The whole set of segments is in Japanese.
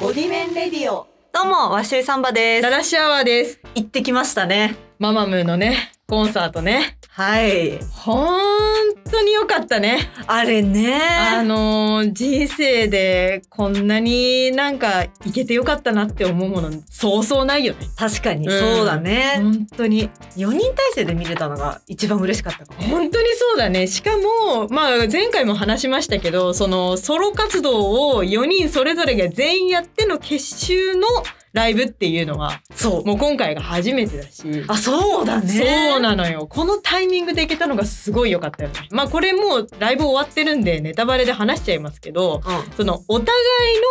ボディメンレディオどうも、ワッシュイサンバでラす。ラシアワーです。行ってきましたね。ママムーのね、コンサートね。はい。ほんとに良かったね。あれね。あのー人生でこんなになんかいけてよかったなって思うものそうそうないよね。確かに、うんそうだね。本当に。 4人体制で見れたのが一番嬉しかったかも。本当にそうだね。しかも、まあ前回も話しましたけど、そのソロ活動を4人それぞれが全員やっての結集のライブっていうのは、そう。もう今回が初めてだし。あ、そうだね。そうなのよこのタイミングでいけたのがすごい良かったよねまあこれもうライブ終わってるんでネタバレで話しちゃいますけどうん。そのお互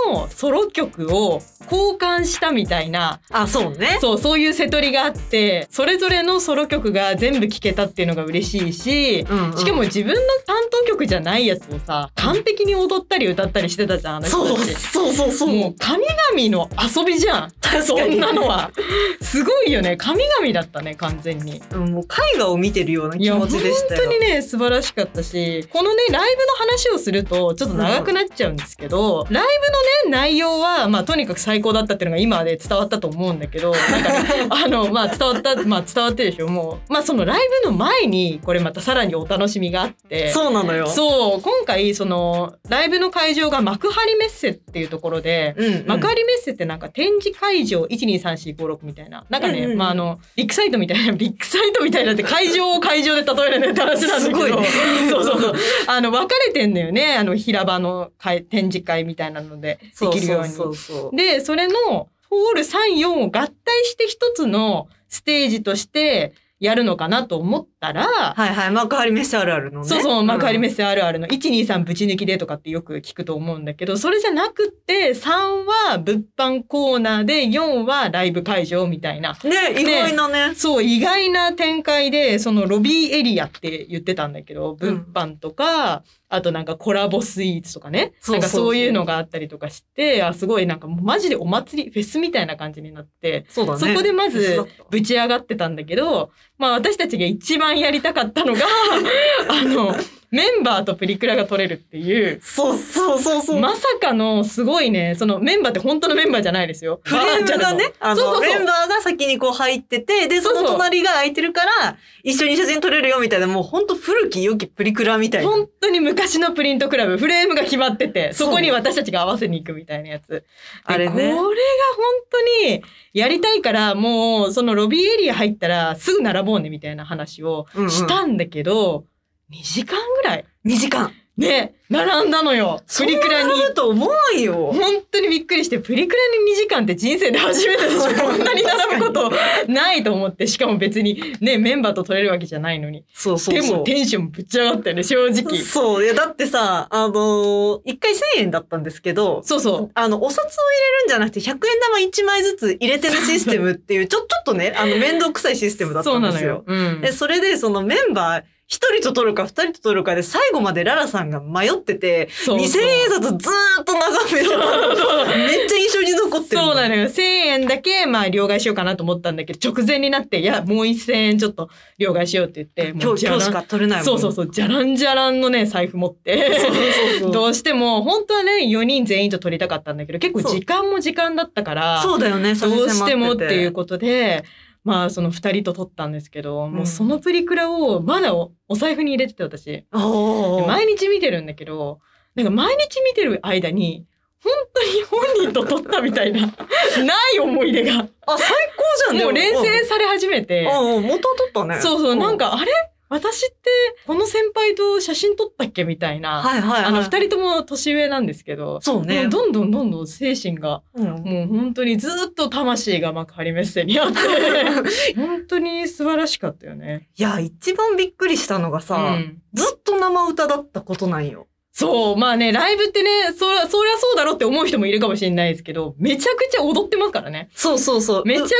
いのソロ曲を交換したみたいなあ、そうね。そうそういう瀬取りがあってそれぞれのソロ曲が全部聴けたっていうのが嬉しいしうんうんしかも自分の担当曲じゃないやつをさ完璧に踊ったり歌ったりしてたじゃんあの人そうたちそうそうそう。もう神々の遊びじゃん確そかにんなのはすごいよね神々だったね完全に。うんもう絵画を見てるような気持ちでしたよ。いや本当にね素晴らしかったしこのねライブの話をするとちょっと長くなっちゃうんですけど、ライブのね内容は、まあ、とにかく最高だったっていうのが今で伝わったと思うんだけどな んか、ね、あのまあ伝わったまあ伝わってるでしょもう、まあ、そのライブの前にこれまたさらにお楽しみがあって。そうなのよ。そう今回そのライブの会場が幕張メッセっていうところで、うんうん。幕張メッセってなんか展示会場123456みたいななんかね、うんうんうんまああのビッグサイトみたいな ビッグサイトみたいなって会場を会場で例えるねって話なんだすけどごいね そうそうそうあの分かれてんだよねあの平場の会展示会みたいなのででそうきるように。そうそうそう。でそれのホール34を合体して一つのステージとしてやるのかなと思ったら、はいはい。幕張メッセあるあるのね。そうそう、幕張メッッセあるあるの123ぶち抜きでとかってよく聞くと思うんだけど、それじゃなくって、3は物販コーナーで、4はライブ会場みたいな。セ。ね、意外なね。そう、意外な展開で、そのロビーエリアって言ってたんだけど、物販とか、あとなんかコラボスイーツとかそうそね、うそうなんかそういうのがあったりとかして、あ、すごいなんかもうマジでお祭り、フェスみたいな感じになって、そうだね。そこでまずそうだったぶち上がってたんだけど、まあ私たちが一番やりたかったの が、あの、メンバーとプリクラが取れるっていう、そうそうそうそう。まさかのすごいね、そのメンバーって本当のメンバーじゃないですよ。フレームがね、あそうその、うそうメンバーが先にこう入ってて、で、そそうそうの隣が空いてるから、一緒に写真撮れるよみたいな、もうほんと古き良きプリクラみたいな。本当に昔のプリントクラブ、フレームが決まってて、そこに私たちが合わせに行くみたいなやつ。であれこれがね本。当にやりたいから、もうそのロビーエリア入ったらすぐ並ぼうねみたいな話をうんうんしたんだけど、2時間ぐらい2時間。ね、並んだのよ。プリクラに。あると思うよ。本当にびっくりして、プリクラに2時間って人生で初めて でしょ。こんなに並ぶことないと思って、しかも別にね、メンバーと取れるわけじゃないのに。そうそうでそもう。テンションぶち上がったよね、正直。そう。いや、だってさ、あのー、1回1000円だったんですけど、そうそう。あの、お札を入れるんじゃなくて、100円玉1枚ずつ入れてるシステムっていう、ちょ、 ちょっとね、あの、面倒くさいシステムだったそうんでなのすよよ。。うんで、それで、そのメンバー、一人と取るか二人と取るかで、最後までララさんが迷ってて、そう二千円札ずーっと眺めてた。めっちゃ印象に残ってる。そうなのよ。1000円だけ、まあ、両替しようかなと思ったんだけど、直前になって、いや、もう1000円ちょっと両替しようって言って、も今う日、じゃ今らん日しか取れないもん。そうそうそう、じゃらんじゃらんのね、財布持って。そうそうそう どうしても、本当はね、4人全員と撮りたかったんだけど、結構時間も時間だったから、そうだよね、どうしてもっ差して迫いうことで、まあ、その2人と撮ったんですけど、もううんそのプリクラを、まだおお財布に入れてて、私。おでー毎日見てるんだけど、なんか毎日見てる間に、本当に本人と撮ったみた いな、ない思い出 が、あ、最高じゃん。でもう連う戦され始めて、んうん、元は取ったね。そうそう、んなん。か、あれ私って、この先輩と写真撮ったっけみたいな。はいはいはい。あの、二人とも年上なんですけど、そうもねう。どんどんどんどん精神が、うんもう本当にずっと魂が幕張メッセにあって、 本当に素晴らしかったよね。いや、一番びっくりしたのがうさ、んずっと生歌だったことなんよ。そう、まあね、ライブってね、そりゃ、そりゃそうだろうって思う人もいるかもしれないですけど、めちゃくちゃ踊ってますからね。そうそうそう。めちゃくちゃ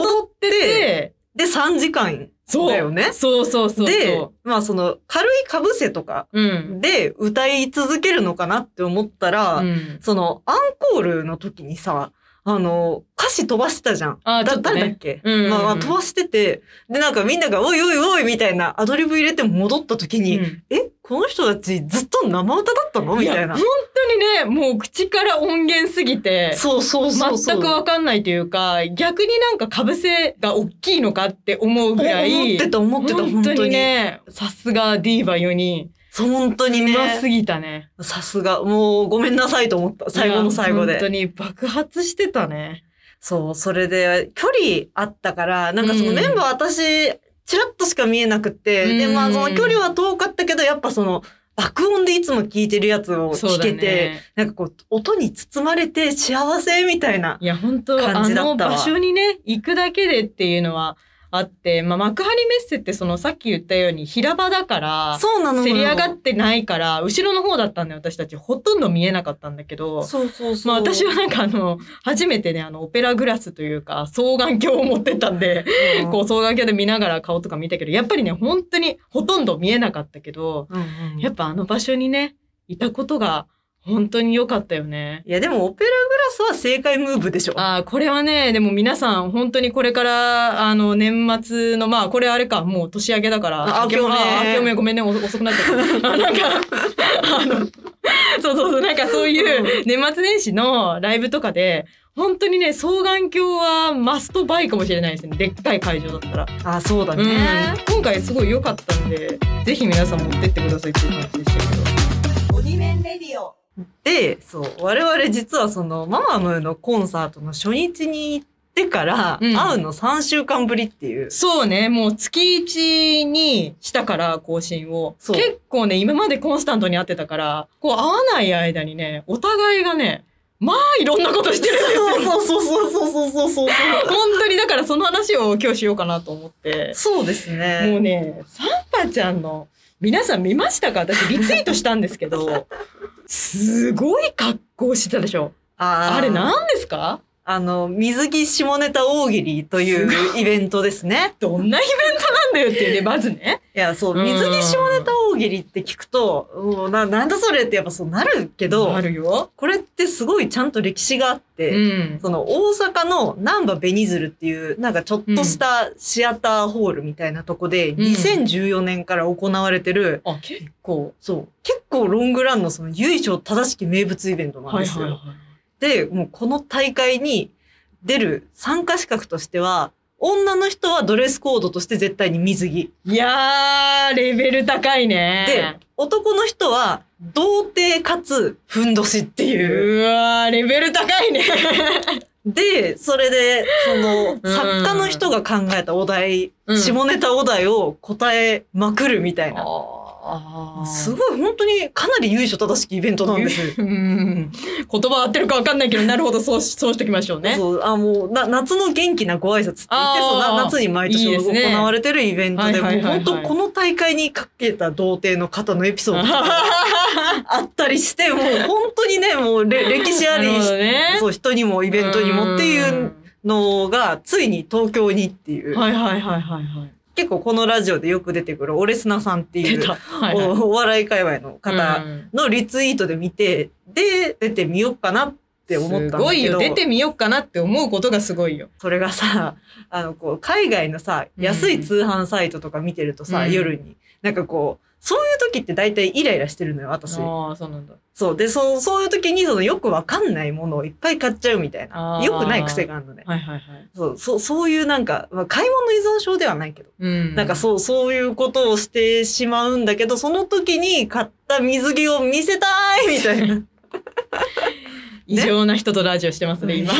踊って踊ってて、で、3時間そう。だよねそうそうそうそう。で、まあその、軽いかぶせとかうん。で歌い続けるのかなって思ったら、うんその、アンコールの時にさ、あの、歌詞飛ばしてたじゃん。あーだちょっとね誰だっけ、うんうんうんまあまあ飛ばしてて、で、なんかみんなが、おいおいおいみたいなアドリブ入れて戻った時に、うんえ、この人たちずっと生歌だったのみたいなや本。当にねもう口から音源すぎてそうそうそうそう。全くわかんないというか逆になんかかぶせが大きいのかって思うぐら思いってた思ってた、本本当当にに。ねさすがディーバ4人そう本当にうますね。ぎたねさすが、もうごめんなさいと思った。最後の最後いや本で。当に爆発してたねそう、それで、距離あったから、なんかそのうんメンバー私、ちらっとしか見えなくて、うで、んまあその距離は遠かったけど、やっぱその、爆音でいつも聞いてるやつをそう聞だけて、ねなんかこう、音に包まれて幸せみたいな。いや本当感あじだのったわ場所にね行くだけでっていうのはあって、まあ、幕張メッセってそのさっき言ったように平場だからそうなの。せり上がっててないから後ろの方だったんで私たちほとんど見えなかったんだけどそうそうそう。まあ私はなんかあの初めてねあのオペラグラスというか双眼鏡を持ってったんでうん、こう双眼鏡で見ながら顔とか見たけどやっぱりね本当にほとんど見えなかったけどうんうんうんやっぱあの場所にねいたことが本当に良かったよね。いや、でもオペラグラスは正解ムーブでしょ。あーこれはねでも皆さん本当にこれからあの年末のまあこれあれかもう年明けだからあ明けおめあ明けおめごめんねお遅くなっちゃった あなんかあのそうそうそうなんかそういう年末年始のライブとかで本当にね双眼鏡はマストバイかもしれないですねでっかい会場だったら、あ、そうだうん。今回すごい良かったんでぜひ皆さん持ってってくださいっていう感じでしたけどボディメンレディオ。で、そう、我々実はその、ママムーのコンサートの初日に行ってから、うん会うの3週間ぶりっていう。そうね、もう月1にしたから更新を。そう結構ね、今までコンスタントに会ってたから、こう会わない間にね、お互いがね、まあいろんなことしてるんですよ。そうそうそうそうそうそうそうそう。本当にだからその話を今日しようかなと思って。そうですもうね。ね、サンパちゃんの、皆さん見ましたか私リツイートしたんですけど、すごい格好してたでしょ。あーあれ何ですかあの、水着下ネタ大喜利というイベントですね。どんなイベントなんだよっていうね、まずね。いや、そう、うん水着下ネタ大喜利って聞くと、もうななんだそれってやっぱそうなるけどあ、るよ。これってすごいちゃんと歴史があって、うん。その大阪の難波ベニズルっていうなんかちょっとしたシアターホールみたいなとこでん2014年から行われてる、あ、結構。そう結構ロングランのその由緒正しき名物イベントなんですよ。でもうこの大会に出る参加資格としては女の人はドレスコードとして絶対に水着いやー、レベル高いねで。男の人は童貞かつふんどしっていう。うわー、レベル高いね。でそれでそのうん作家の人が考えたお題下ネタお題を答えまくるみたいな。あーすごい、本当にかなり由緒正しきイベントなんです。うん言葉合ってるかわかんないけど、なるほど、そうし、そうしておきましょうね。そう、あ、もう、な、夏の元気なご挨拶って言って、あーそうな夏に毎いい年ですね行われてるイベントで、はいはいはいはいもう本当この大会にかけた童貞の方のエピ ソードとかあったりして、もう本当にね、もう れ歴史ありなる、ほどねそう、人にもイイベントにもっていう。のが、ついに東京にっていう、はいはいはいはいはい。結構このラジオでよく出てくるオレスナさんってい出う、た。はいはいおお笑い界隈の方、うんのリツイートで見て、で、出てみようかなって思ったんだけすど。ごいよ。出てみようかなって思うことがすごいよ。それがさ、あの、こう、海外のさ、うん安い通販サイトとか見てるとさ、うん夜に。なんかこう、そういう時って大体イライラしてるのよ、私。ああ、そうなんだ。そう。で、そう、そういう時に、その、よくわかんないものをいっぱい買っちゃうみたいあな。ーよくない癖があるのね。はいはいはい。そう、そう、そういうなんか、まあ、買い物依存症ではないけど。うんなんかそう、そういうことをしてしまうんだけど、その時に買った水着を見せたいみたい な。異常な人とラジオしてますね、今。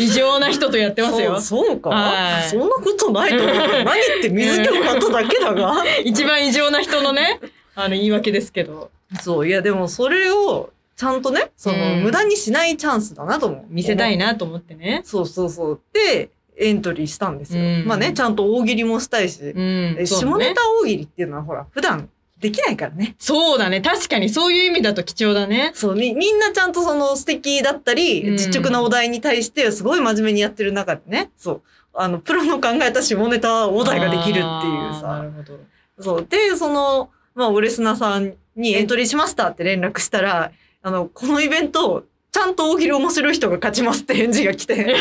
異常な人とやってますよ。そうそうはかいそんなことないと思 うけど。何って水着を買っただけだが。一番異常な人のね、あの言い訳ですけど、そう、いやでもそれをちゃんとね、その、うん無駄にしないチャンスだなとも。見せたい。なと思ってね。そうそうそう。で、エントリーしたんですよ。うんまあね、ちゃんと大喜利もしたいし。うんえ、そう下だネね。タ大喜利っていうのはほら、普段できないからね。そうだね。確かにそういう意味だと貴重だね。そう、み、みんなちゃんとその素敵だったり、うん実直なお題に対してすごい真面目にやってる中でね、そう、あの、プロの考えた下ネタお題ができるっていうあーなさ。るほど。そう。で、その、まあ、オレスナさんにエントリーしましたって連絡したら、あの、このイベント、ちゃんと大喜利面白い人が勝ちますって返事が来て。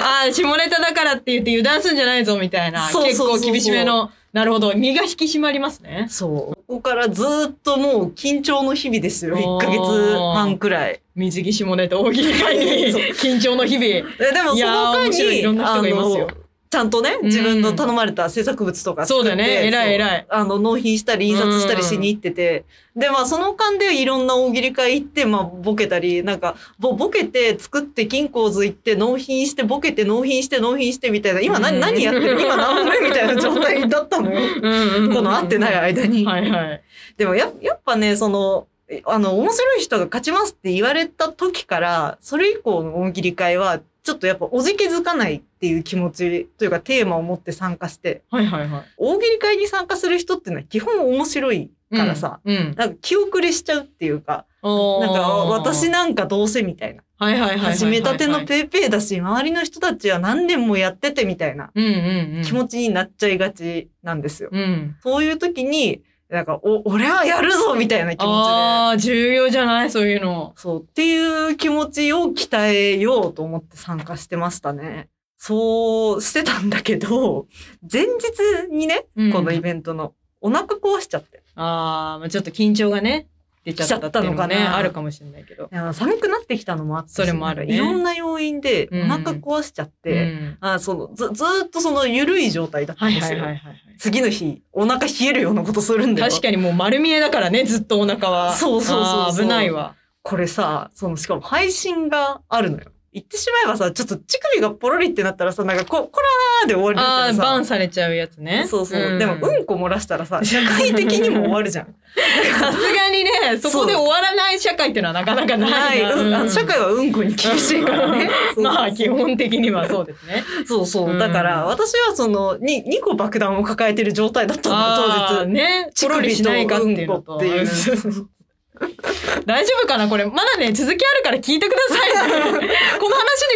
あー下ネタだからって言って油断すんじゃないぞみたいなそうそうそうそう結構厳しめのなるほど身が引き締まりますねそう。ここからずっともう緊張の日々ですよ。あー1ヶ月半くらい。水着下ネタ大喜利会に そう緊張の日々えでもいそやーの間面白いに、いろんな人がいますよあのちゃんとね、うん自分の頼まれた制作物とかそうだね作って偉い偉いそうあの、納品したり、印刷したりしに行ってて。で、まあ、その間でいろんな大喜利会行って、まあ、ボケたり、なんか、ぼボケて、作って、金鉱図行って、納品して、ボケて、納品して、納品して、みたいな。今何、うん何やってる今何分目みたいな状態だったのよ。この合ってない間に。はいはいでもややっぱねそのえあの面白い人が勝ちますって言われた時からそれ以降の大喜利会はちょっとやっぱおじけづかないっていう気持ちというかテーマを持って参加してはいはいはい大喜利会に参加する人っていうのは基本面白いからさ、うんうんなんか気遅れしちゃうっていうかおーなんか私なんかどうせみたいなはいはいはいはいはい始めたてのペーペーだし周りの人たちは何年もやっててみたいなうんうんうん気持ちになっちゃいがちなんですよ。うんそういう時になんかお俺はやるぞみたいな気持ちで。ああ重要じゃないそういうのそう、っていう気持ちを鍛えようと思って参加してましたね。そうしてたんだけど、前日にね、うんこのイベントの、お腹壊しちゃって。あーまあちょっと緊張がね出ちゃったっていうのがねしちゃったのかなあるかもしれないけどいや寒くなってきたのもあって、それもあるねいろんな要因でおうん腹壊しちゃって、うんあそのずずーっとその緩い状態だったはんいですはいよ。はいはいはい次の日、お腹冷えるようなことするんだよ。確かにもう丸見えだからねずっとお腹はそうそうそうそうあー危ないわこれさ、その、しかも配信があるのよ。言ってしまえばさ、ちょっと乳首がポロリってなったらさ、なんかこ、こらーで終わりだあけーどさ。バンされちゃうやつねそうそう、んでもうんこ漏らしたら さ社会的にも終わるじゃんさすがに ねそこで終わらない社会って いうのはなかなかないなうんあのうん社会はうんこに厳しいからねそうそうそう まあ基本的にはそうですね。そうそううんだから私はそのに2個爆弾を抱えてる状態だったのあー 当日ね、ポロリしないかっていうのと。乳首とうんこうん 大丈夫かなこれまだね続きあるから聞いてくだ さいね、この話で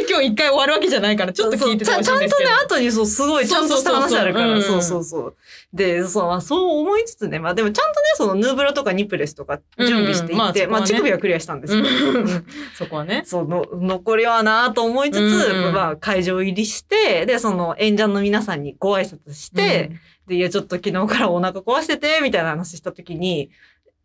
今日一回終わるわけじゃないからちょっと聞いててそうほちしいゃんんでちゃんとすけねど。後にそうすごいちゃんとした話あるからそうそそううそうそそううそうでそうまあそう思いつつねまあでもちゃんとねそのヌーブラとかニプレスとか準備していって、うんうんままああそこはね乳首はクリアしたんですけど、うんそこはね。その残りはなぁと思いつつ、うんまあ、会場入りしてでその演者の皆さんにご挨拶して、でいやちょっと昨日からお腹壊しててみたいな話した時に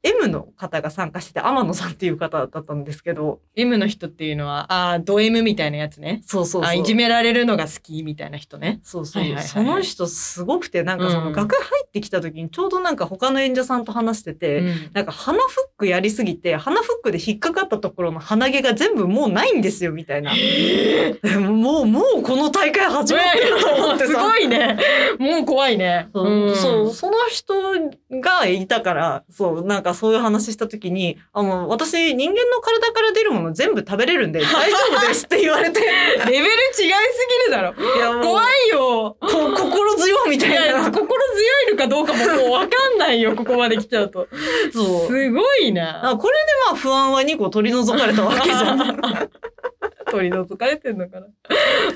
M の方が参加してて天野さんっていう方だったんですけどうん、M の人っていうのは、ああ、ド M みたいなやつね。そうそうそあういじめられるのが好きみたいな人ね。そうそう、はいはいはいその人すごくてなんかそうんの楽屋入ってきた時にちょうどなんか他の演者さんと話してて。うんなんか鼻フックやりすぎて鼻フックで引っかかったところの鼻毛が全部もうないんですよみたいなもうもうこの大会始まってると思って すさごいね。もう怖いね。そううんそう、その人がいたから、そう、なんかそういう話した時に、あ、もう私人間の体から出るもの全部食べれるんで 大丈夫ですって言われて、いレベル違いすぎるだろ。やもう怖いよ。こ心強いみいたいや、な。心強いのかどうかももうわかんないよ、ここまで来ちゃうと。そう。すごいな。あこれでまあ不安は2個取り除かれたわけじゃん。 取り除かれてんのかな。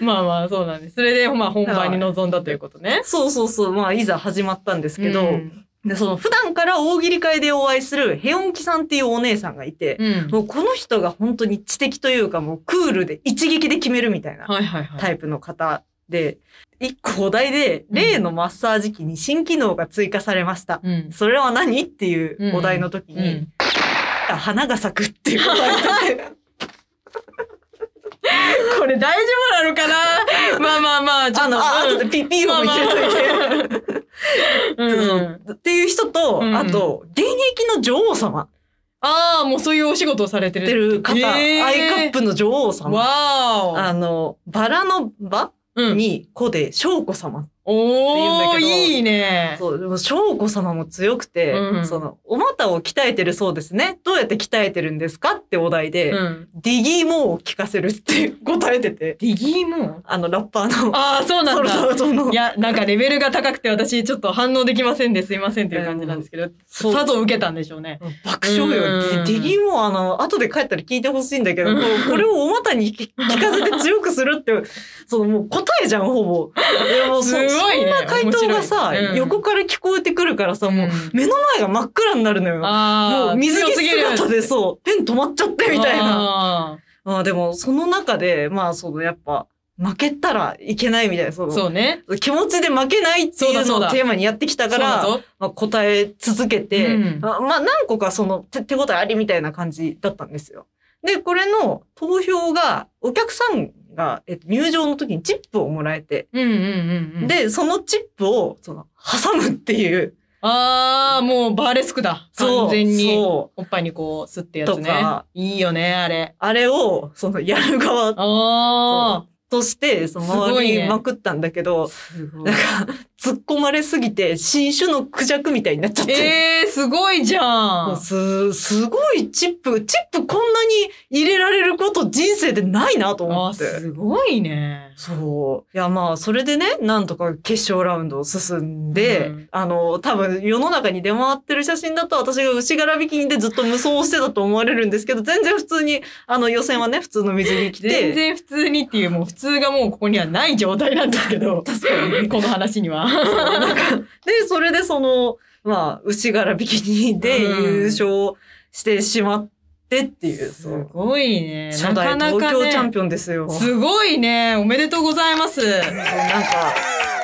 まあまあ、そうなんです。それで、まあ、本番に臨んだということね。そうそうそう。まあいざ始まったんですけど、うんでその普段から大喜利会でお会いするヘヨンキさんっていうお姉さんがいて、うんもうこの人が本当に知的というかもうクールで一撃で決めるみたいな。はいはいはタい。イプの方で、一個お題で、うん例のマッサージ機に新機能が追加されました。うんそれは何っていうお題の時うに、ん花が咲くっていうお題 でこれ大丈夫なのかなまあまあまあ、ちあょっとの、あうん後でピッピーを見ていてうん。っていう人と、うんあと、現役の女王様ああ、もうそういうお仕事をされてってる。る方、へーアイカップの女王様。わあの、バラの場ーお。うん。に子で、翔子様。っおー、て言うんだけどいいね。そう、でも翔子様も強くて、うんその、お股を鍛えてるそうですね。どうやって鍛えてるんですかってお題で、うん。ディギーモーを聞かせるって答えてて、ディギーもあの、ラッパーの、ああ、そうなんソルだ。サウトのい、や、なんかレベルが高くて私ちょっと反応できませんですいませんっていう感じなんですけど、そうさぞ受けたんでしょうね。爆笑よ。うんディギーモー、あの、後で帰ったら聞いてほしいんだけど、うんこうこれをお股に聞聞かせて強くするって、そのもう答えじゃん、ほぼ。いや、もうそすごいごいねそんな回答がさ、面白いうん横から聞こえてくるからさ、もううん目の前が真っ暗になるのよ。あもう水着姿でそう、ペン止まっちゃってみたいな。なまあでも、その中で、まあそのやっぱ、負けたらいけないみたいな、その、そうね気持ちで負けないっていうのそうだそうをだテーマにやってきたから、そうだぞまあ、答え続けて、うんあまあ何個かその手手応えありみたいな感じだったんですよ。で、これの投票が、お客さんが、えっと、入場の時にチップをもらえて、うんうんうんうんで、そのチップを、その、挟むっていう、ああもうバーレスクだそう完全にそうおっぱいにこう吸ってやつとねかいいよねあれあれを、その、やる側あとして、そすの、ご回いねりまくったんだけあど、すごいなんか、突っ込まれすぎて、新種のクジャクみたいになっちゃって。えー、すごいじゃんす、すごいチップ、チップこんなに入れられること人生でないなと思あって。すごいねそう。いやまあ、それでね、なんとか決勝ラウンドを進んで、うんあの、多分世の中に出回ってる写真だと私が牛柄ビキニでずっと無双をしてたと思われるんですけど、全然普通に、あの予選はね、普通の水着着て。全然普通にっていうもう普通がもうここにはない状態なんですけ ど確かにこの話にはで、それでその、まあ、牛柄ビキニで優勝してしまってっていう、すそうごいね初代なか東なか京ねチャンピオンですよ。すごいねおめでとうございますなんか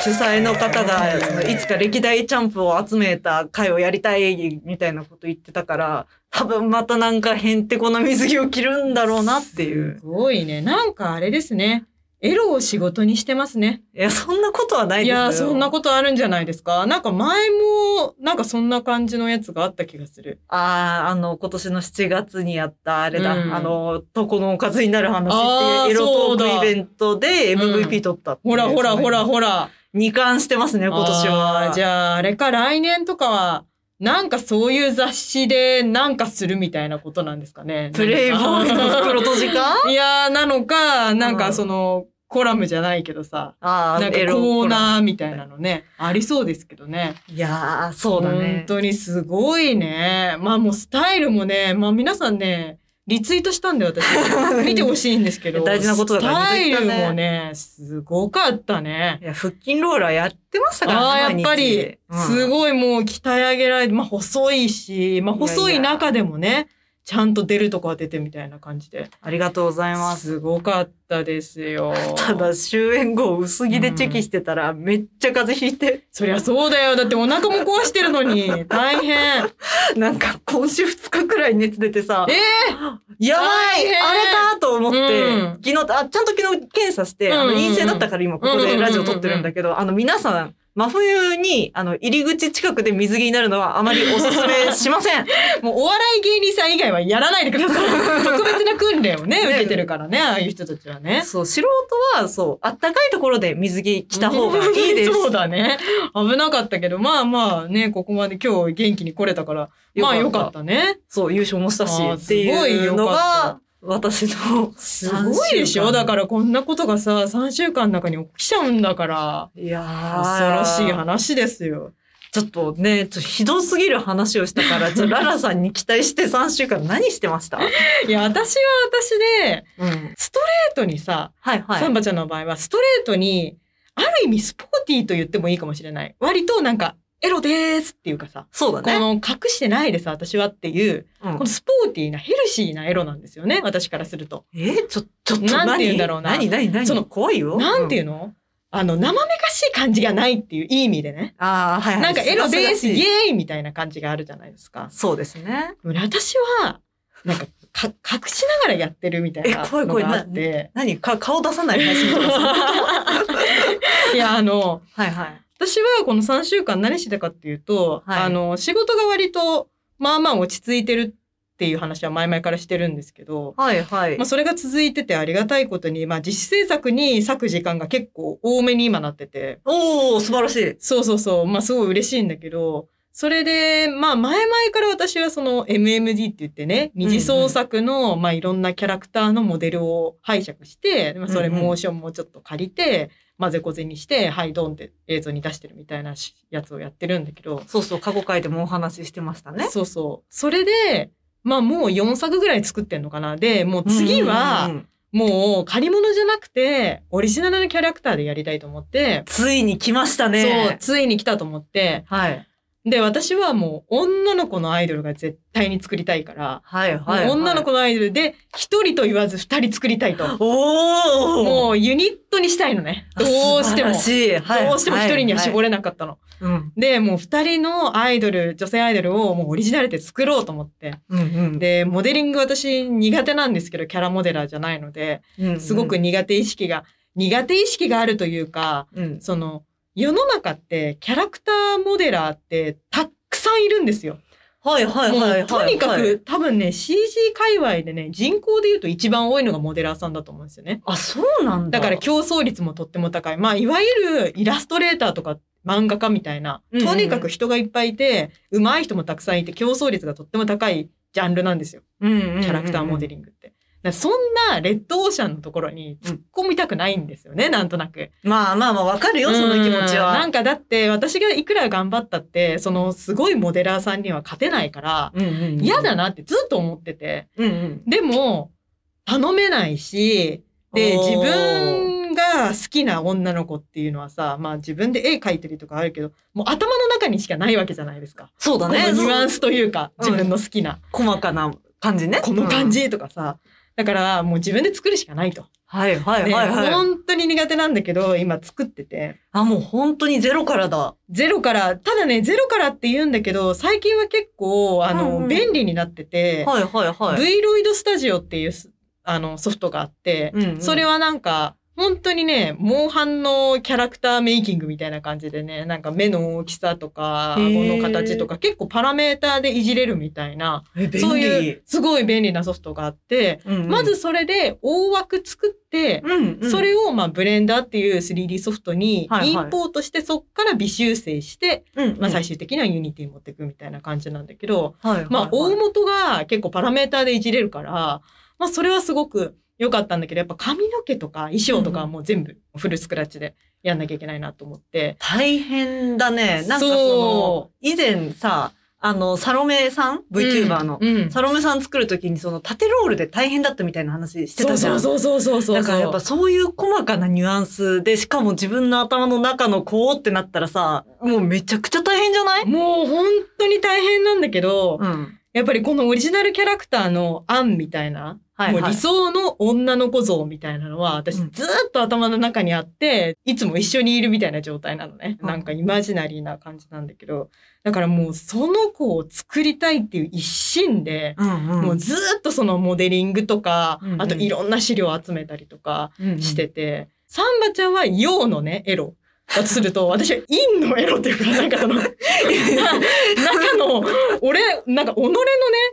主催の方がそのいつか歴代チャンプを集めた会をやりたいみたいなこと言ってたから多分またなんかへんてこな水着を着るんだろうなっていうす。ごいねなんかあれですねエロを仕事にしてますねいやそんなことはないいですよ。やーそんなことあるんじゃないですかなんか前もなんかそんな感じのやつがあった気がするあああの今年の7月にやったあれだ、うんあの「とこのおかずになる話」っあーてエロトそーうクだイベントで MVP 取ったっていうほらほらほらほら二冠してますね今年はあー。じゃああれか来年とかはなんかそういう雑誌でなんかするみたいなことなんですかねプレイボーイの袋閉じかいやーなのかなんうかんそのコラムじゃないけどさあなんーかコエローコラナーみたいなのねありそうですけどねいやーそうだね本。当にすごいねまあもうスタイルもねまあ皆さんねリツイートしたん で私見てほしいんですけど大事なことだからスタイ見てルきたねもねすごかったねいや、腹筋ローラーやってましたからああねやっぱりすい。ごいもう鍛え上げられて、まあ、細いし、まあ、いやいや細い中でもねちゃんと出るとこは出てみたいな感じでありがとうございます。すごかったですよ。ただ、終演後、薄着でチェキしてたら、めっちゃ風邪ひいて、そりゃそうだよだってお腹も壊してるのに大変なんか今週2日くらい熱出てさ、えやば大い変あれかと思って、うん昨日、あ、ちゃんと昨日検査して、あうんの、うんうん陰性だったから今ここでラジオ撮ってるんだけど、あの、皆さん、真冬に、あの、入り口近くで水着になるのはあまりおすすめしませ ん。ーもうお笑い芸人さん以外はやらないでくださ い特別な訓練をねね受けてるからねああいう人たちはね。そう、素人は、そう、あったかいところで水着着た方がいいです。そうだね危なかったけどまあまあねここまで今日元気に来れたからまあよかったね。そう、優勝もしたし、あーっていうのすごいよかが、私の、すごいでし3週ょ間だからこんなことがさ3週間の中に起きちゃうんだからいや恐ーろしい話ですよ。ちょっとね、ちょっとひどすぎる話をした から、ちょっとララさんに期待して3週間何してましたういや私は私でん。ストレートにさ、はいはい。サンバちゃんの場合はストレートにある意味スポーティーと言ってもいいかもしれない割となんかエロでーすっていうかさ、そうだこね。の隠してないです私はっていううんこのスポーティーなヘルシーなエロなんですよね私からすると。えーちょ、ちょっとな何んて言うんだろうな何何何その怖いよ。なんていうの、のあの生めかしい感じがないっていういい意味でね。ああ、はいはい。なんかエロでーすすがすがしイいエーイみたいな感じがあるじゃないですか。そうですね。私は、な んか、か、隠しながらやってるみたいなえ怖いの怖いがあって。何か、顔出さない配信とか さいや、あの、はいはい。私はこの3週間何してたかっていうと、はいあの、仕事が割と、まあまあ落ち着いてるっていう話は前々からしてるんですけど、はいはい。まあそれが続いててありがたいことに、まあ自主制作に割く時間が結構多めに今なってて、おー、素晴らしい。そうそうそう。まあ、すごい嬉しいんだけど、それで、まあ、前々から私はその MMD って言ってね、二次創作の、まあ、いろんなキャラクターのモデルを拝借して、まあ、それうんうんモーションもちょっと借りて、混ぜこぜにして、はい、ドンって映像に出してるみたいなしやつをやってるんだけど、そうそう、過去回でもお話ししてましたね。そうそう。それで、まあ、もう4作ぐらい作ってんのかな。で、もう次うは、んうんうんもう借り物じゃなくてオリジナルのキャラクターでやりたいと思って、ついに来ましたそうね。ついに来たと思ってはい。で私はもう女の子のアイドルが絶対に作りたいから、はいはい、もう女の子のアイドルで一人と言わず二人作りたいと。おおもうユニットにしたいのね。どうしても。どうしても一人には絞れ、れなかったの。はいはいで、もう二人のアイドル、女性アイドルをもうオリジナルで作ろうと思って。うんうんで、モデリング私苦手なんですけど、キャラモデラーじゃないので、うんすごく、苦手意識が、苦手意識があるというか、うん、その、世の中ってキャラクターモデラーってたっくさんいるんですよ。はいはいもはいはい、うとにかはいく多分ね CG 界隈でね人口で言うと一番多いのがモデラーさんだと思うんですよね。あそうなんだだから競争率もとっても高い。まあ、いわゆるイラストレーターとか漫画家みたいな、うんうんとにかく人がいっぱいいて、上手い人もたくさんいて、競争率がとっても高いジャンルなんですよ。キキャラクターモデリリングって。だからそんなレッドオーシャンのところに突っ込みたくないんですよね、なんとなく。まあまあまあわかるよその気持ちうんはなんかだって、私がいくら頑張ったって、そのすごいモデラーさんには勝てないから、嫌、うんうんうん、嫌だなってずっと思ってて。うんうんでも、頼めないし、でおー自分が好きな女の子っていうのはさまあ自分で絵描いたりとかあるけどもう頭の中にしかないわけじゃないですか。そうだこのニねュアンスというかうん自分の好きな、そう細かな感じねこの感、じとかさ、だからもう自分で作るしかないと。うんはいはいねはいはい本当に苦手なんだけど今作ってて。あもう本当にゼロからだゼロからただねゼロからって言うんだけど最近は結構あの、うんうん便利になってて、はいはいはい、 V ロイドスタジオっていうすあのソフトがあって、うんうんそれはなんか、本当にね、モンハンのキャラクターメイキングみたいな感じでね、なんか目の大きさとか、へ顎ーの形とか、結構パラメーターでいじれるみたいな、え便利そういう、すごい便利なソフトがあって、うんうんまず、それで大枠作って、うんうん、それをまあブレンダーっていう 3D ソフトにはいはいインポートして、そっから微修正して、うんうん、まあ最終的にはユニティに持っていくみたいな感じなんだけど、はいはいはいまあ、大元が結構パラメーターでいじれるから、まあ、それはすごく良かったんだけど、やっぱ髪の毛とか衣装とかはもう全部フルスクラッチでやんなきゃいけないなと思って。大変だね。なんかそのそ、以前さ、あの、サロメさん ?VTuber の。うんうんサロメさん作るときにその縦ロールで大変だったみたいな話してそたうじゃそん。うそうそうそうそう。だからやっぱそういう細かなニュアンスで、しかも自分の頭の中のこうってなったらさ、もうめちゃくちゃ大変じゃないもう本当に大変なんだけど、ん。やっぱりこのオリジナルキャラクターの案みたいな、はい、もはうい理。想の女の子像みたいなのは、私ずうんーっと頭の中にあって、いつも一緒にいるみたいな状態なのね。うんなんかイマジナリーな感じなんだけど、だからもうその子を作りたいっていう一心で、うんうん。もうずーっとそのモデリングとか、うんうんあといろんな資料を集めたりとかうんうんしてて、サンバちゃんは陽のね、エロ。だと すると、私は陰のエロっていうか、なんかその、な中の、俺、なんか己のね、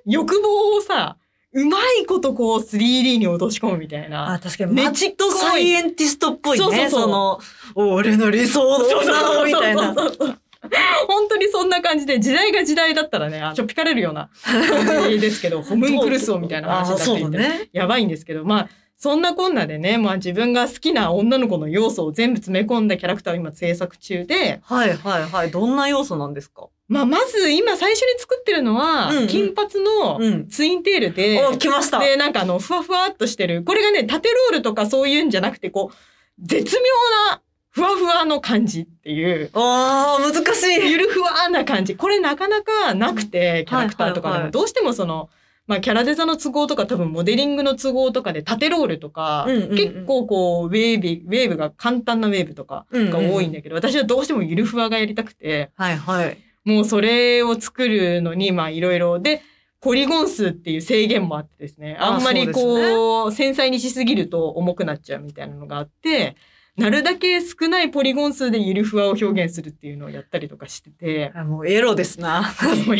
欲望をさ、うまいことこう 3D に落とし込むみたいな。あ、確かに。マねッちっドサイエンティストっぽいね。そうそうそうの、俺の理想のそうそう女そのうみたいな。そうそうそう本当にそんな感じで、時代が時代だったらね、あのちょっぴかれるような感じです けど、ホムンクルスオみたいな話あーになっていそうてだ。ね。やばいんですけど、まあ、そんなこんなでね、まあ自分が好きな女の子の要素を全部詰め込んだキャラクターを今制作中で、はいはいはい。どんな要素なんですかまあまず今最初に作ってるのは、うんうん金髪のうん。ツインテールで、お、来ました。で、なんかあの、ふわふわっとしてる。これがね、縦ロールとかそういうんじゃなくて、こう、絶妙なふわふわの感じっていう。ああ、難しい。ゆるふわな感じ。これなかなかなくて、キャラクターとかはいではいはも。いどうしてもその、まあキャラデザの都合とか多分モデリングの都合とかで縦ロールとか、うんうんうん結構こう、ウェービー、ウェーブが簡単なウェーブとかが多いんで。だけど、私はどうしてもゆるふわがやりたくて、はいはい。もうそれを作るのに、まあいろいろ。で、ポリゴン数っていう制限もあってですね、ああんまりそうですねこう、繊細にしすぎると重くなっちゃうみたいなのがあって、なるだけ少ないポリゴン数でゆるふわを表現するっていうのをやったりとかしてて、あもう エロです な。もう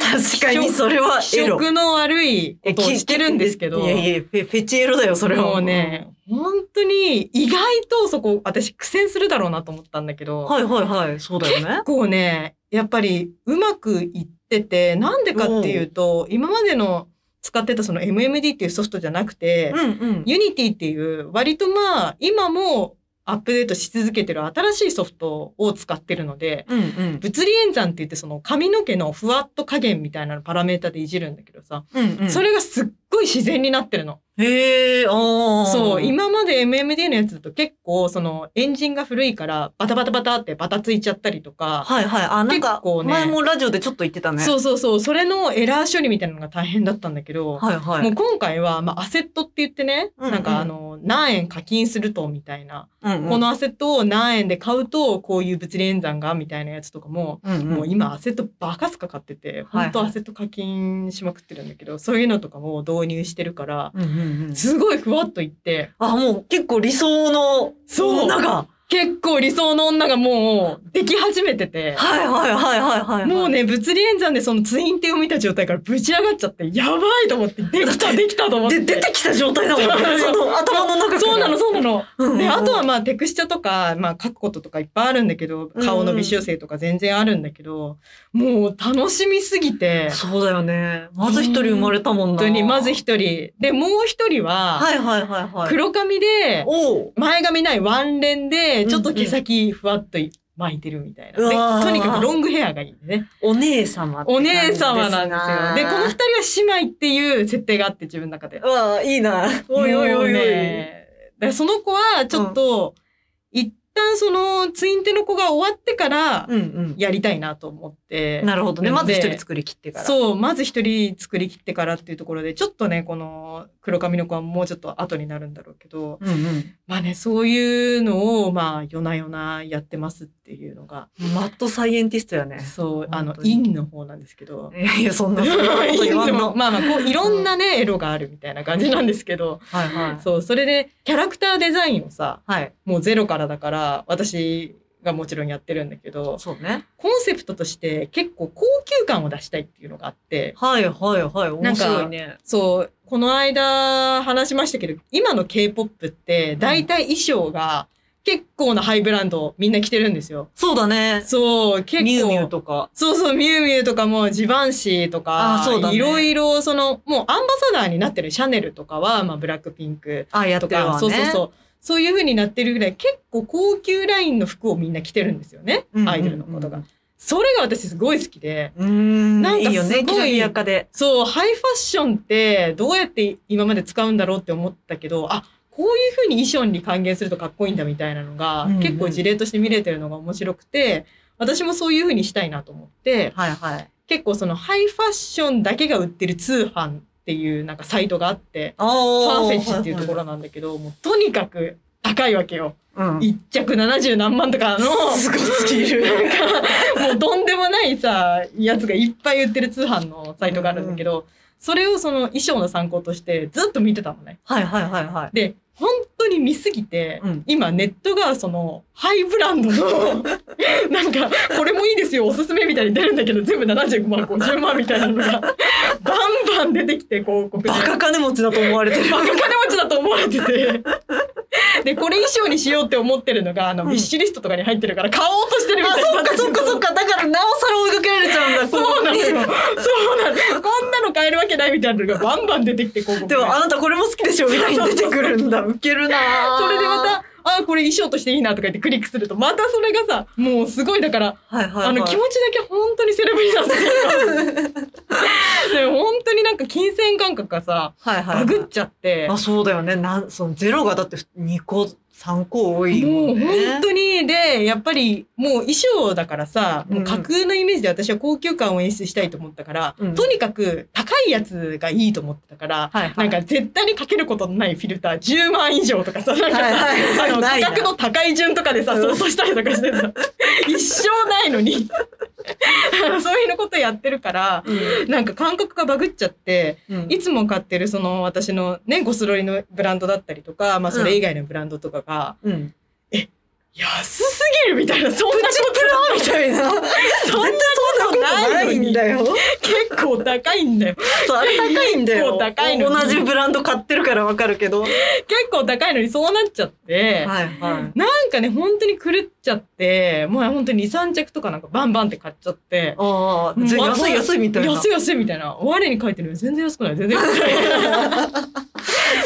確かにそれは気エロ。色の悪いことをしてるんですけど、いやいや、フェフェチエロだよ、それは。もうね、本当に意外とそこ、私苦戦するだろうなと思ったんだけど、はいはいはい、そうだよね結。構ね、やっぱりうまくいってて、なんでかっていうと、今までの使ってたその MMD っていうソフトじゃなくて、うんうん。 Unity っていう割とまあ、今もアップデートし続けてる新しいソフトを使ってるので、うんうん。物理演算って言ってその髪の毛のふわっと加減みたいなのパラメータでいじるんだけどさ、うんうん。それがすっごい自然になってるの。へえ、ああ。そう、今まで MMD のやつだと結構そのエンジンが古いからバタバタバタってバタついちゃったりとか、はいはい。あ、なんか結構、ね前もラジオでちょっと言ってたね。そうそうそう、それのエラー処理みたいなのが大変だったんだけど、はいはい。もう今回は、まあ、アセットって言ってね、うんうんなんかあの、何円課金するとみたいな、うんうんこ、のアセットを何円で買うと、こういう物理演算がみたいなやつとかも、うんうんもう今アセットバカすか買ってて、はい本当アセット課金しまくってるんだけど、そういうのとかも導入してるから、うんうんうんすごいふわっといって、あ、もう結構理想のそう女が。結構理想の女がもうでき始めてて、はいはいはいはいはいはい。もう。ね、物理演算でそのツインテを見た状態からぶち上がっちゃって、やばいと思って、できたできたと思って。で、出てきた状態だもんね。そそうの頭の中から。そうなの、そうなの。うんうんで、あとはまあテクスチャとか、まあ書くこととかいっぱいあるんだけど、顔の微修正とか全然あるんだけど、もう楽しみすぎて、そうだよね。まず一人生まれたもんな。本当にまず一人。で、もう一人は、はいはいはいはい。黒髪で、おう。前髪ないワンレンで、ちょっと毛先ふわっと巻いてるみたいな。でうわーとにかくロングヘアがいいんでね。お姉様ってお感じ姉様なんですよ。で、この二人。人は姉妹っていう設定があって、自分の中で。うわあ、いいな。おいおいおいおもうい。ねだからその子は、ちょっと、一旦その、ツインテの子が終わってからう、んやりたいなと思ってうん。。なるほどね。まず一で人作り切ってから。う。そう、まず一人作り切ってからっていうところで、ちょっとね、この黒髪の子はもうちょっと後になるんだろうけど、うんうん。まあね、そういうのを、まあ、夜な夜なやってますっていうのが、マッドサイエンティストやね。そう、あの本、当にインの方なんですけど、いやいや、そん な、そんなこと言わんの。まあまあこういろんなね、エロがあるみたいな感じなんですけど、はいはい。そうそれでキャラクターデザインをさはい。もうゼロからだから私がもちろんやってるんだけどそうね。コンセプトとして結構高級感を出したいっていうのがあってはいはいはい。面白いね。そうこの間話しましたけど今の k p o p って大体衣装が結構なハイブランドみんな着てるんですよ。そうだね。そう結構ミュウミュウとか。そうそう、ミュウミュウとかも、ジバンシーとか、あそうだねいろいろ、その、もうアンバサダーになってるシャネルとかは、まあ、ブラックピンクあ、やっとてるわね。か、そうそうそう。そういう風になってるぐらい、結構高級ラインの服をみんな着てるんですよね。うんうんうんアイドルのことが。それが私すごい好きで。うーん。なんかいいよすね。ごいきらびやかで。そう、ハイファッションって、どうやって今まで使うんだろうって思ったけど、あ、こういう風に衣装に還元するとかっこいいんだみたいなのが、うんうん結構事例として見れてるのが面白くて、私もそういう風にしたいなと思って、はいはい。結構そのハイファッションだけが売ってる通販っていうなんかサイトがあって、あフあァーフェチっていうところなんだけど、もうとにかく高いわけよ。うん。一着70何万とかの、すごすぎるなんか、もうとんでもないさ、やつがいっぱい売ってる通販のサイトがあるんだけど、それをその衣装の参考としてずっと見てたのね。はいはいはいはい。で、本当に見すぎて、うん今ネットがそのハイブランド の、なんか、これもいいですよ、おすすめみたいに出るんだけど、全部75万、50万みたいなのが、バンバン出てきて、広告で。バカ金持ちだと思われてる。バカ金持ちだと思われてて。で、これ衣装にしようって思ってるのが、あの、うんビッシュリストとかに入ってるから、買おうとしてるみたいになそっってかるそっかそっか。だからなおさら追いかけられちゃうんだ。そうなのよ。そうこなこの。こんなの買えるわけないみたいなのがバンバン出てきて、広告にででもあなたこれも好きでしょみたいに出てくるんだ。ウケるなぁそれでまた、あ、これ衣装としていいなとか言ってクリックすると、またそれがさ、もうすごい、だから、はいはいはい、あの気持ちだけ本当にセレブになっ てるで本当になんか金銭感覚がさ、はいはいはバいグっちゃって、あそうだよねなんそのゼロがだって2個3個多いももうんね本当に、で、やっぱりもう衣装だからさ、もう架空のイメージで私は高級感を演出したいと思ったから、うんとにかく高いやつがいいと思ってたから、はいはいなんか絶対にかけることのないフィルター10万以上とかさ、なんかさ、はいはいあのないな価格の高い順とかでさ、うん相当したりとかしてさ、一生ないのに、 そういうのことやってるから、 なんか感覚がバグっちゃって、うんいつも買ってるその私のね、ゴスロリのブランドだったりとか、まあそれ以外のブランドとかが、うん安すぎるみたいな、そんなことみたい なそんなことないのに、よ結構高いんだよ。そうあれ高いんだよ結構高いのに同じブランド買ってるからわかるけどはい結構高いのにそうなっちゃって、はいなんかね、本当に狂っちゃって、もう本当に2、3着とかなんかバンバンって買っちゃって、ああ、ぜもう安い安いみたいな。安い安いみたいな。我に書いてる全然安くない。全然安く ない。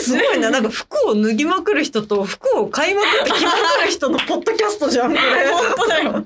すごいな。なんか服を脱ぎまくる人と服を買いまくって着まくる人のポッドキャストじゃん、これ。本当だよ。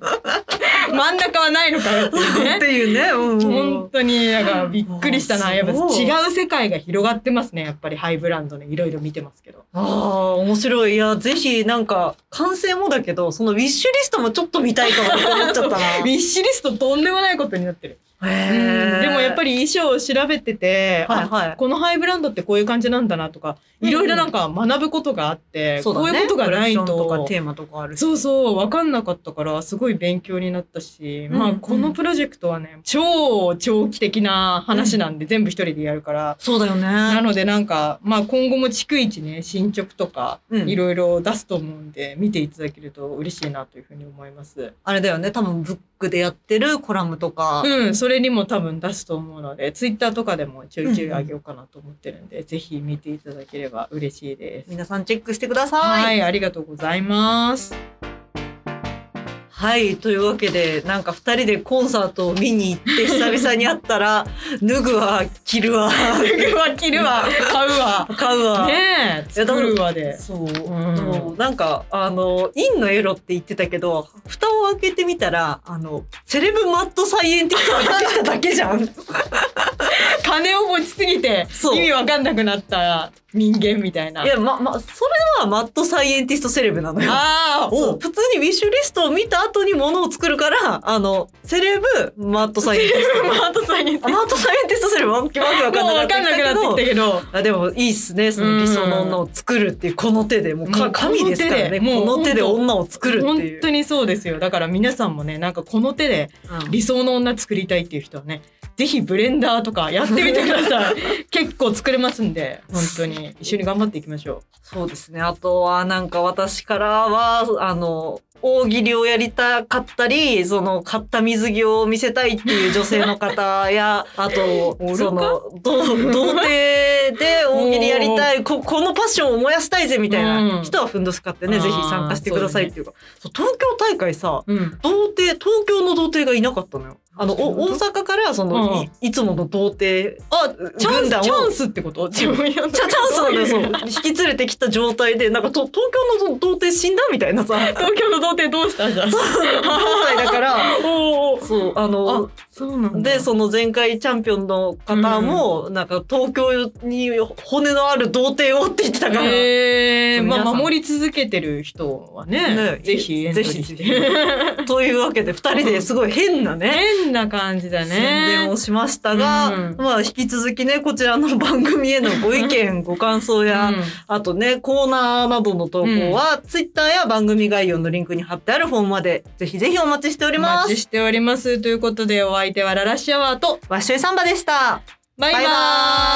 真ん中はないのかよっていうねっていうね。うん本当になんかびっくりしたなうんやっぱそう違う世界が広がってますねやっぱりハイブランドねいろいろ見てますけどああ、面白い。いや、ぜひ、なんか、完成もだけど、そのウィッシュリストもちょっと見たいかもって思っ ちゃったな。ウィッシュリストとんでもないことになってる、うんでもやっぱり、り衣装を調べてて、はいあはい。このハイブランドってこういう感じなんだなとかうんいろいろなんか学ぶことがあって、そうだこうねいうことがなコレクいションとかとテーマとかあるし。そうそう分かんなかったからすごい勉強になったし、うんまあうんこのプロジェクトはね超長期的な話なんで、全部一人でやるからそうだよね。なのでなんか、まあ、今後も逐一ね進捗とかうんいろいろ出すと思うんで、見ていただけると嬉しいなというふうに思います。あれだよね。多分、ブックでやってるコラムとか。うん、それにも多分出すと思うのでツイッターとかでもちょいちょいあげようかなと思ってるんで、ぜひ見ていただければ嬉しいです。皆さんチェックしてください。ははい。い、ありがとうござ います。というわけで、なんか二人でコンサートを見に行って、久々に会った ら、脱ぐわ、着るわ、うわ、着るわ、買う わ、買うわ。ねえ、作るわで。そう、んでもなんかあの「インのエロ」って言ってたけど蓋を開けてみたらあのセレブマッドサイエンティストが出てきただけじゃん 金を持ちすぎてそう意味わかんなくなった人間みたいな。いやままそれはマッドサイエンティストセレブなのよ。ああ、そおう普通にウィッシュリストを見た後にものを作るからあのセレブマッドサイエンティスト マートさんに あマッドサイエンティストセレブわけわけわかんもうなくなっ分てかんなくなってききたけどたけど。あでもいいっすねその理想の女を作るっていうこの手でもうかもう神ですからねこの手でもこうの手で女を作るっていう本当にそうですよだから皆さんもねなんかこの手でうん理想の女作りたいっていう人はねぜひブレンダーとかやってみてくだ さい結構作れますんで本当に一緒に頑張っていきましょそうですね。あとはなんか私からは、あの、大喜利をやりたかったり、その買った水着を見せたいっていう女性の方 や、あとお、るかその、ど童貞で大喜利やりたい、ここのパッションを燃やしたいぜみたいな人はふんどし買ってね、うんぜひ参加してくださいっていうか、そう東京大会さ、ううん童貞、東京の童貞がいなかったのよ。あの、お大阪からその、うんいいつもの童貞、あチャン軍ス団をチャンスってこと自分やんチャチャンスなんだよ、そう。 引き連れてきた状態で、なんかと、東京の童貞死んだみたいなさ、 東京の童貞どうしたじゃんそう状態だから、おーおーそう、あのあ、そうなんだで、その前回チャンピオンの方も、なんか東京に骨のある童貞をって言ってたから、えー、ま皆あさん守り続けてる人はねねぜひエントリーしてぜひぜというわけで、二人ですごい変なね、変な感じだね宣伝をしましたが、うんまあ引き続きね、こちらの番組へのご意見、ご感想や、うんあとね、コーナーなどの投稿は、ツイッターや番組概要のリンクに貼ってあるフォームまで、ぜひぜひお待ちしておりおま待ちす。しておりますということでお相手はララシアワーとワッシュイサンバでした。バイババイバーイ